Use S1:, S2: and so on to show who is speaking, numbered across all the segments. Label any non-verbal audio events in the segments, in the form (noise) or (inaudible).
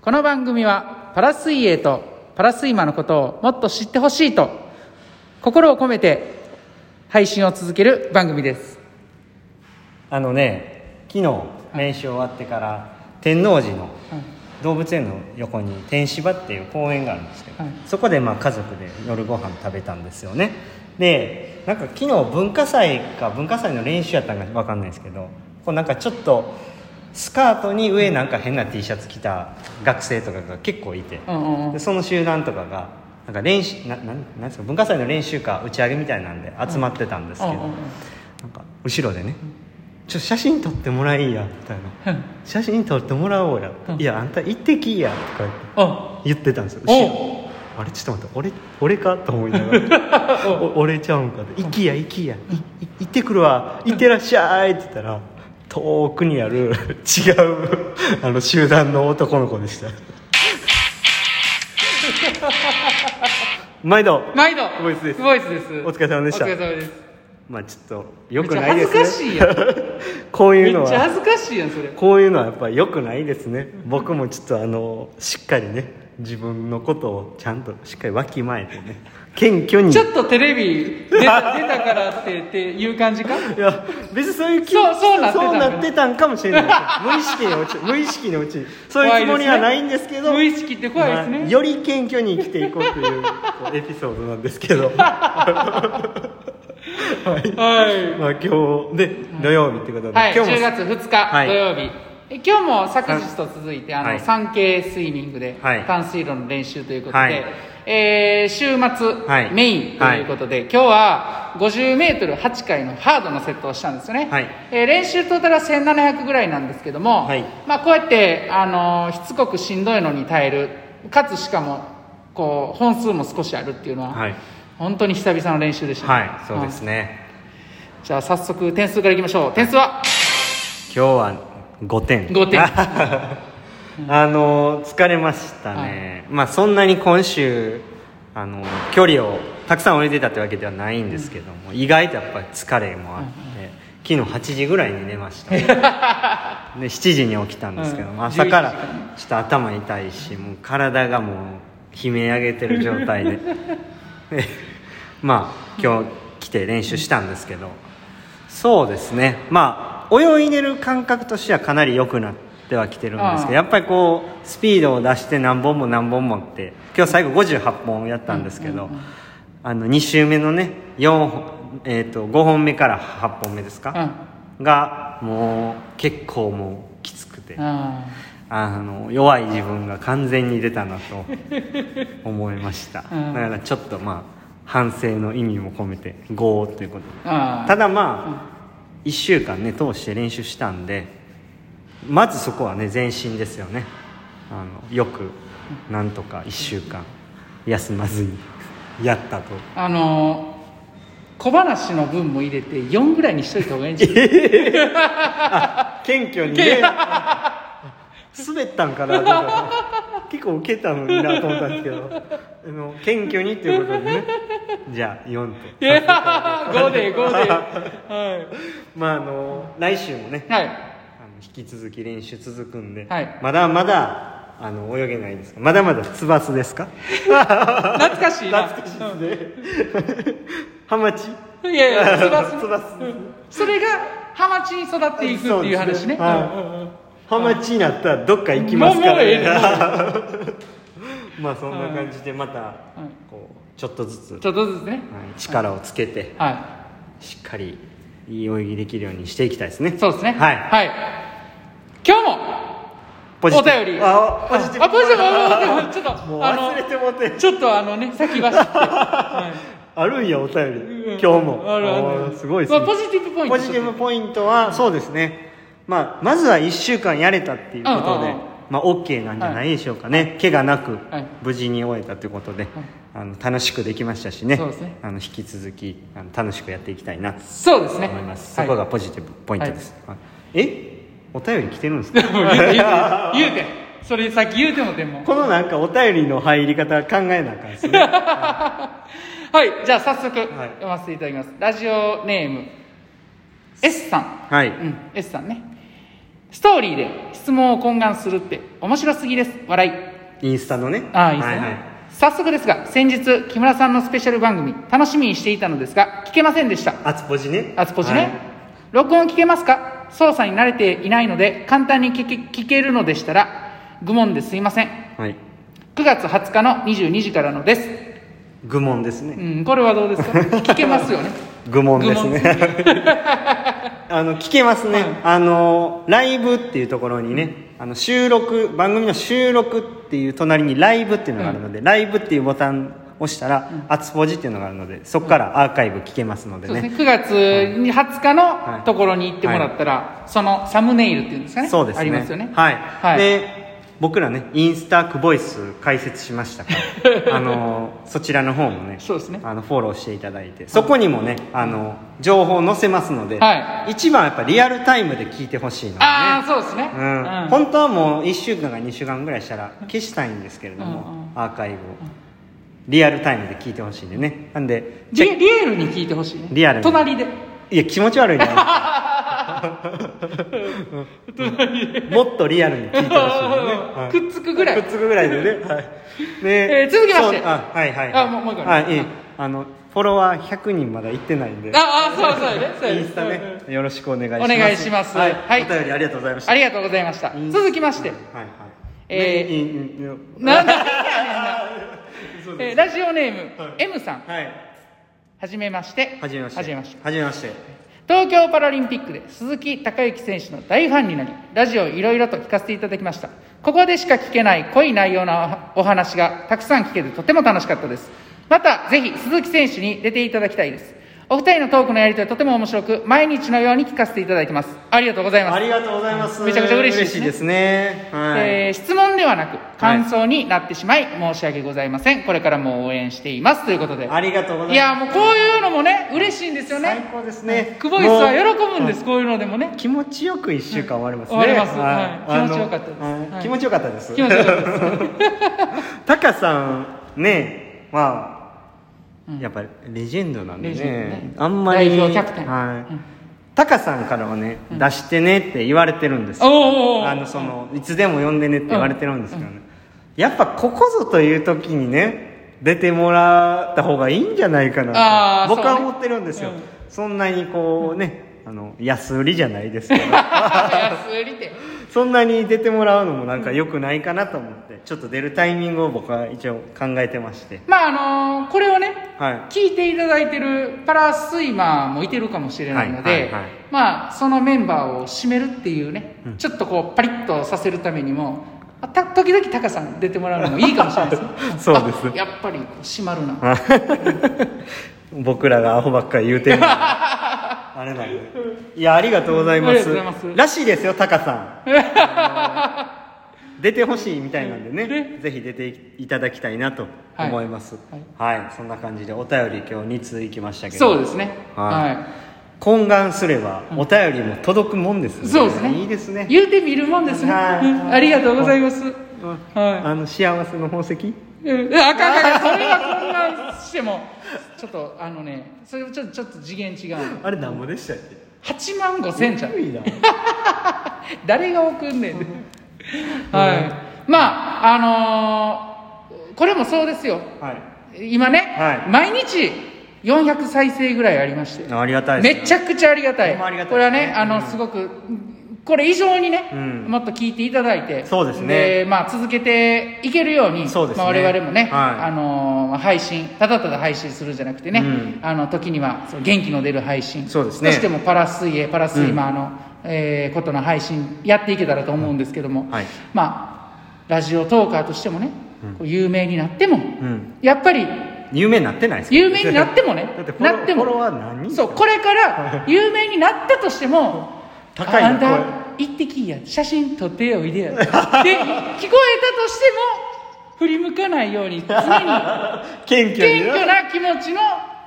S1: この番組はパラ水泳とパラスイマーのことをもっと知ってほしいと心を込めて配信を続ける番組です
S2: あのね昨日練習終わってから天王寺の動物園の横に天芝っていう公園があるんですけど、
S1: はい
S2: そこでまあ家族で夜ご飯食べたんですよねでなんか昨日文化祭か文化祭の練習やったんか分かんないですけどこうなんかちょっとスカートに上なんか変な T シャツ着た学生とかが結構いて、
S1: うんうんうん
S2: でその集団とかがなんか練習ななんなんですか文化祭の練習か打ち上げみたいなんで集まってたんですけど、
S1: うんうんうん
S2: なんか後ろでね「ちょ写真撮ってもらいや」みたいな「写真撮ってもらおうや」
S1: うん
S2: いやあんた行ってきいや」とか
S1: あ
S2: 言ってたんですよ
S1: お
S2: 後ろあれちょっと待って俺俺かと思いな
S1: (laughs)
S2: がらお俺ちゃうんかと「行きや行きやいい行ってくるわ行ってらっしゃい」って言ったら遠くにある違うあの集団の男の子でした毎度
S1: 毎度
S2: ボイスです
S1: ボイスです
S2: お疲れ様でした
S1: お疲れ様です
S2: まあちょっとよくないですね
S1: めっちゃ恥ずかしい
S2: (laughs) こうい
S1: め
S2: うの
S1: っ
S2: は
S1: ちゃ恥ずかしいやんそれ
S2: こういうのはやっぱり良くないですね僕もちょっとあのしっかりね自分のことをちゃんとしっかりわきまえてね謙虚に
S1: ちょっとテレビ出た出たからってっていう感
S2: (laughs)
S1: じか
S2: いや別にそういう気
S1: そうそうなってたんだ
S2: そうなってたんかもしれないです無意識
S1: (laughs)
S2: のうち無意識のうちそういうつもりはないんですけど
S1: 怖いですね無意識って怖いですね
S2: まあより謙虚に生きていこうというこうエピソードなんですけ
S1: (laughs)
S2: どは
S1: は
S2: い、
S1: い
S2: まあ、今日で土曜日ってことで、
S1: はい
S2: 今日も
S1: 10月2日、
S2: はい
S1: 土曜日え今日も昨日と続いてあの、
S2: はい
S1: 産経スイミングで
S2: はい
S1: 短水路の練習ということで、
S2: はい
S1: えー週末、
S2: はい
S1: メインということで、今日は 50m8 回のハードのセットをしたんですよね、
S2: はい
S1: えー練習トータルは1700ぐらいなんですけども、
S2: はい
S1: まあ、こうやって、あのーしつこくしんどいのに耐えるかつしかもこう本数も少しあるっていうのは、
S2: はい
S1: 本当に久々の練習でしたね、
S2: はいそうですね、
S1: うんじゃあ早速点数からいきましょう点数は
S2: 今日は5点
S1: 5点
S2: (laughs) あの疲れましたね、まあそんなに今週あの距離をたくさん泳いでたってわけではないんですけども、意外とやっぱり疲れもあって、昨日8時ぐらいに寝
S1: (laughs)
S2: ましたで7時に起きたんですけど、
S1: うん
S2: も朝から
S1: 11
S2: ちょっと頭痛いしもう体がもう悲鳴上げてる
S1: (laughs)
S2: 状態ででまあ今日来て練習したんですけどそうですねまあ泳いでる感覚としてはかなり良くなってはきてるんで
S1: う
S2: すけ
S1: ん
S2: どやっぱりこうスピードを出して何本も何本もって今日最後58本やったんですけど、あの2周目のね4本、えー、と5本目から8本目ですか、がもう結構もうきつくて、
S1: うん
S2: あの弱い自分が完全に出たなと思いました、
S1: うん
S2: だからちょっとまあ反省の意味も込めて5ということで
S1: あ
S2: ただまあ、1週間ね通して練習したんでまずそこはね全身ですよねあのよくなんとか1週間休まずにやったと
S1: あのー小話の分も入れて4ぐらいにしといた方がいいんじゃない
S2: 謙虚にね滑ったんかなとか結構受けたのになと思ったんですけどあの謙虚にっていうことでねじゃあ4と
S1: いや5で5では
S2: まああの来週もね
S1: い、はい、
S2: あの引き続き練習続くんで、
S1: はい
S2: まだまだあの泳げないですかまだまだつばすですか
S1: 懐かしいな
S2: 懐かしいですねハマチ
S1: いやいやつば
S2: つ
S1: す
S2: ばす
S1: それがハマチに育っていくっていう話ね
S2: そうですねはい
S1: うんうんうん
S2: ハマチになったらどっか行きますか
S1: もうもうええね
S2: らね (laughs) まあそんな感じでまたこうちょっとずつ、
S1: ちょっとずつね
S2: はい力をつけて
S1: は
S2: しっかりいい泳ぎできるようにしていきたいですね
S1: いそうですね
S2: はい、
S1: はい、今日も
S2: ポジティブ
S1: お便り
S2: あポジティブ
S1: あポジティブ
S2: (laughs)
S1: あポジティブちょっと
S2: もう
S1: あの
S2: 忘れてもうて
S1: ちょっとあのね先走って、は
S2: あるんやお便り、
S1: い
S2: 今日も
S1: あるある
S2: (laughs) おーすごいですね、
S1: まあポジティブポイント
S2: ポジティブポイントはそうですね、まあ、まずは1週間やれたっていうこと
S1: うんうんう
S2: で、
S1: ん
S2: まあ、OK なんじゃないでしょうかね、怪我なく
S1: はい
S2: 無事に終えたということで、あの楽しくできましたしね
S1: そうですね
S2: あの引き続きあの楽しくやっていきたいなと
S1: そうですね
S2: 思います、
S1: はい
S2: そこ
S1: (laughs)
S2: がポジティブポイントです、はいえお便り来てるん
S1: (laughs)
S2: ですか
S1: 言うてそれさっき言うてもでも
S2: (laughs) このなんかお便りの入り方考えなあかんで
S1: (laughs)
S2: すね
S1: はい、じゃあ早速
S2: はい
S1: 読ませていただきます。ラジオネーム S さん、
S2: はい、
S1: うん、S さんね。ストーリーで質問を懇願するって面白すぎです笑い
S2: インスタのね
S1: ああいいですね、
S2: はいはい
S1: 早速ですが先日木村さんのスペシャル番組楽しみにしていたのですが聞けませんでした
S2: あつぽじね
S1: あつぽじね、
S2: はい
S1: 録音聞けますか操作に慣れていないので簡単に聞け聞けるのでしたら愚問ですいません
S2: はい
S1: 9月20日の22時からのです、
S2: 愚問ですね
S1: うん、これはどうですか聞けますよ
S2: (laughs)
S1: ね
S2: 愚問ですね
S1: 愚問
S2: あの聞けます
S1: は
S2: ね、
S1: い
S2: あのライブっていうところにねあの収録番組の収録っていう隣にライブっていうのがあるので、ライブっていうボタンを押したら「アツポジ」っていうのがあるのでそこからアーカイブ聞けますので
S1: そう
S2: ね,、
S1: ですね9月に20日
S2: は
S1: の
S2: い
S1: ところに行ってもらったら、そのサムネイルっていうんですかね
S2: そうですね
S1: ありますよね
S2: はい、
S1: はい
S2: で僕らねインスタクボイス開設しましたから
S1: (laughs)
S2: あのそちらの方もね
S1: そうですね
S2: あのフォローしていただいてそこにもねあの情報を載せますので、
S1: は
S2: 一番やっぱリアルタイムで聞いてほしいのでね
S1: ああそうですね、
S2: うん
S1: うん
S2: 本当はもう1週間か2週間ぐらいしたら消したいんですけれども、
S1: うんうん
S2: アーカイブをリアルタイムで聞いてほしいんでねなんでチェ
S1: リ
S2: ッ
S1: リアルに聞いてほしいね
S2: リアルに
S1: 隣で
S2: クいや気持ち悪いなうんもっとリアルに聞いてほしいのね、はい
S1: くっつくぐらい
S2: くっつくぐらいでね、はい
S1: えー続きまして
S2: そうあはいはい
S1: あもうもう一個あ
S2: あ
S1: る
S2: いいあのフォロワー100人まだ行ってないんで
S1: ああそうそう
S2: (laughs)
S1: ねそう
S2: イ
S1: ね
S2: ンスタ
S1: うんうん
S2: ねよろしくお願いします
S1: お願いします
S2: はい、
S1: はい
S2: お便りありがとうございました
S1: ありがとうございました
S2: インスタ
S1: 続きまして
S2: はいはい
S1: えー
S2: ねいいいいいい
S1: なんだ (laughs) えーラジオネーム、
S2: はい
S1: M さん
S2: はい。
S1: はじめまして
S2: はじめまして。
S1: はじめまして
S2: はじめまして。
S1: 東京パラリンピックで鈴木孝幸選手の大ファンになりラジオをいろいろと聞かせていただきましたここでしか聞けない濃い内容のお話がたくさん聞けてとても楽しかったですまたぜひ鈴木選手に出ていただきたいですお二人のトークのやりとりとても面白く毎日のように聞かせていただいてますありがとうございます
S2: ありがとうございます。
S1: めちゃくちゃ嬉しいですね
S2: 嬉しいですね。はい。
S1: えー質問ではなく感想になってしまい、申し訳ございませんこれからも応援していますということで
S2: ありがとうございます。
S1: いやもうこういうのもね嬉しいんですよね
S2: 最高ですね。
S1: クボイスは
S2: もう
S1: 喜ぶんですこういうのでもね
S2: 気持ちよく一週間終わりますね。
S1: 終わります
S2: は
S1: はい
S2: あの
S1: 気持ちよかったです
S2: はい
S1: はい
S2: 気持ちよかったです。
S1: 気持ちよかったです
S2: (laughs) タカさんね、まあ、やっぱレジェンドなんで
S1: レ
S2: ね
S1: ジェンドね
S2: あんまり
S1: 代表キャプテン
S2: はい
S1: うん (laughs)
S2: タカさんからはね、出してねって言われてるんですよ
S1: おーおーおー
S2: あのその、いつでも呼んでねって言われてるんですけどね、やっぱここぞという時にね出てもらった方がいいんじゃないか
S1: あ
S2: な
S1: ー
S2: と僕は
S1: そうね
S2: 思ってるんですよ、
S1: うん
S2: そんなにこうね、あの安売りじゃな
S1: (laughs)
S2: いですけど
S1: 安売りって
S2: そんなに出てもらうのもなんか良くないかなと思って、ちょっと出るタイミングを僕は一応考えてまして。
S1: まああのーこれをね
S2: は
S1: 聞いていただいてるパラスイマーもいてるかもしれないので、
S2: はいはいはい
S1: まあそのメンバーを締めるっていうね、ちょっとこうパリッとさせるためにもあた時々タカさん出てもらうのもいいかもしれないですね
S2: (laughs) そうです
S1: あやっぱりこう締まるな
S2: はい。 (laughs) 僕らがアホばっかり言うて
S1: (laughs)
S2: るのにあれなんで。いや、ありがとうございま
S1: あり
S2: す
S1: がとうございます。
S2: らしいですよ、タカさん。
S1: (laughs)
S2: 出てほしいみたいなんでね、ぜひ出ていただきたいなと思います。はい、そんな感じでお便り今日2通いきましたけど。
S1: そうですね
S2: は
S1: はいい、
S2: 懇願すればお便りも届くもんですね。
S1: そうですね
S2: いいですね。
S1: 言うてみるもんですね、
S2: はい
S1: うん (laughs) ありがとうございます、は
S2: あの幸せの宝石
S1: い、うんあかんあかんあかんそれはこんなんしてもちょっとあのねそれもちょっとちょっと次元違うの
S2: あれなんぼでしたっけ
S1: 8万5千ちゃう
S2: (laughs) 低いな
S1: 誰が送んねん、はいまああのーこれもそうですよ
S2: はい
S1: 今ね、
S2: はい
S1: 毎日400再生ぐらいありまして
S2: ありがたいですね
S1: めちゃくちゃありがた
S2: と
S1: い
S2: てもありがた
S1: こ
S2: いですね
S1: れはね、
S2: うん
S1: あのすごくこれ以上にね、
S2: うん
S1: もっと聞いていただいて
S2: そうですね
S1: でまあ、続けていけるように
S2: そうですね
S1: まあ、我々もね、
S2: はい
S1: あのまあ配信ただただ配信するんじゃなくてね、
S2: うん
S1: あの時にはその元気の出る配信
S2: そうですね
S1: 少しでもパラ水泳パラスイマーの、えーことの配信やっていけたらと思うんですけども、
S2: はい
S1: まあラジオトーカーとしてもね、こう有名になっても、
S2: ん
S1: やっぱり
S2: 有名になってないですか
S1: 有名になってもね
S2: だってフォロ
S1: なっても
S2: フォロワー何人
S1: そうこれ
S2: (laughs)
S1: から有名になったとしても
S2: 高いな
S1: あんた
S2: 声
S1: 行ってきいや写真撮ってよおいで
S2: (laughs)
S1: やで聞こえたとしても振り向かないように常に
S2: (laughs) 謙
S1: 謙
S2: 虚に
S1: 虚
S2: な
S1: な気持ちの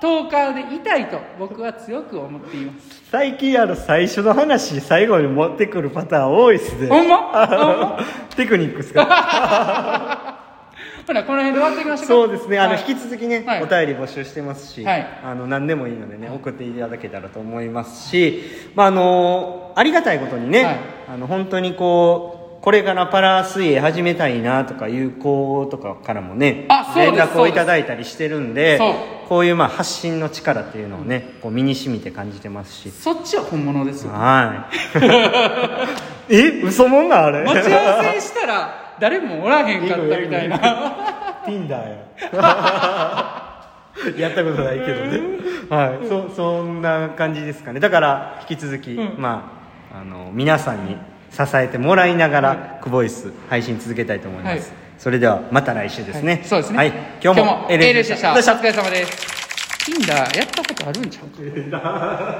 S1: トーカーでいたいと僕は強く思っています
S2: 最近あの最初の話最後に持ってくるパターン多いっすね
S1: ほんまほん
S2: テクニックっすか
S1: ほらこの辺で終わっていきましょうか
S2: そうですねあの
S1: はい
S2: 引き続きね、
S1: はい
S2: お便り募集してますし、
S1: はい
S2: あの何でもいいのでね送っていただけたらと思いますし、まあ、あのありがたいことにね、
S1: はい
S2: あの本当にこうこれからパラ水泳始めたいなとかいう子とかからもね
S1: あそうで
S2: 連
S1: す
S2: 絡をいただいたりしてるんで
S1: そう
S2: こういうまあ発信の力っていうのをねこう身にしみて感じてます
S1: (laughs)
S2: し
S1: そっちは本物ですよ
S2: はい (laughs) え嘘もんがあれ (laughs)
S1: 待ち合わせしたら誰もおらへんかったみたい
S2: (laughs)
S1: な
S2: Tinder や (laughs) やったことないけどねはいそそんな感じですかねだから引き続き、
S1: うん
S2: まああの皆さんに支えてもらいながら、クボイス配信続けたいと思います、
S1: はい
S2: それではまた来週ですね、
S1: はいそうですね、
S2: はい、今日も
S1: LH で
S2: LH
S1: したお
S2: どうし
S1: 疲れ様です Tinder やったことあるんちゃうか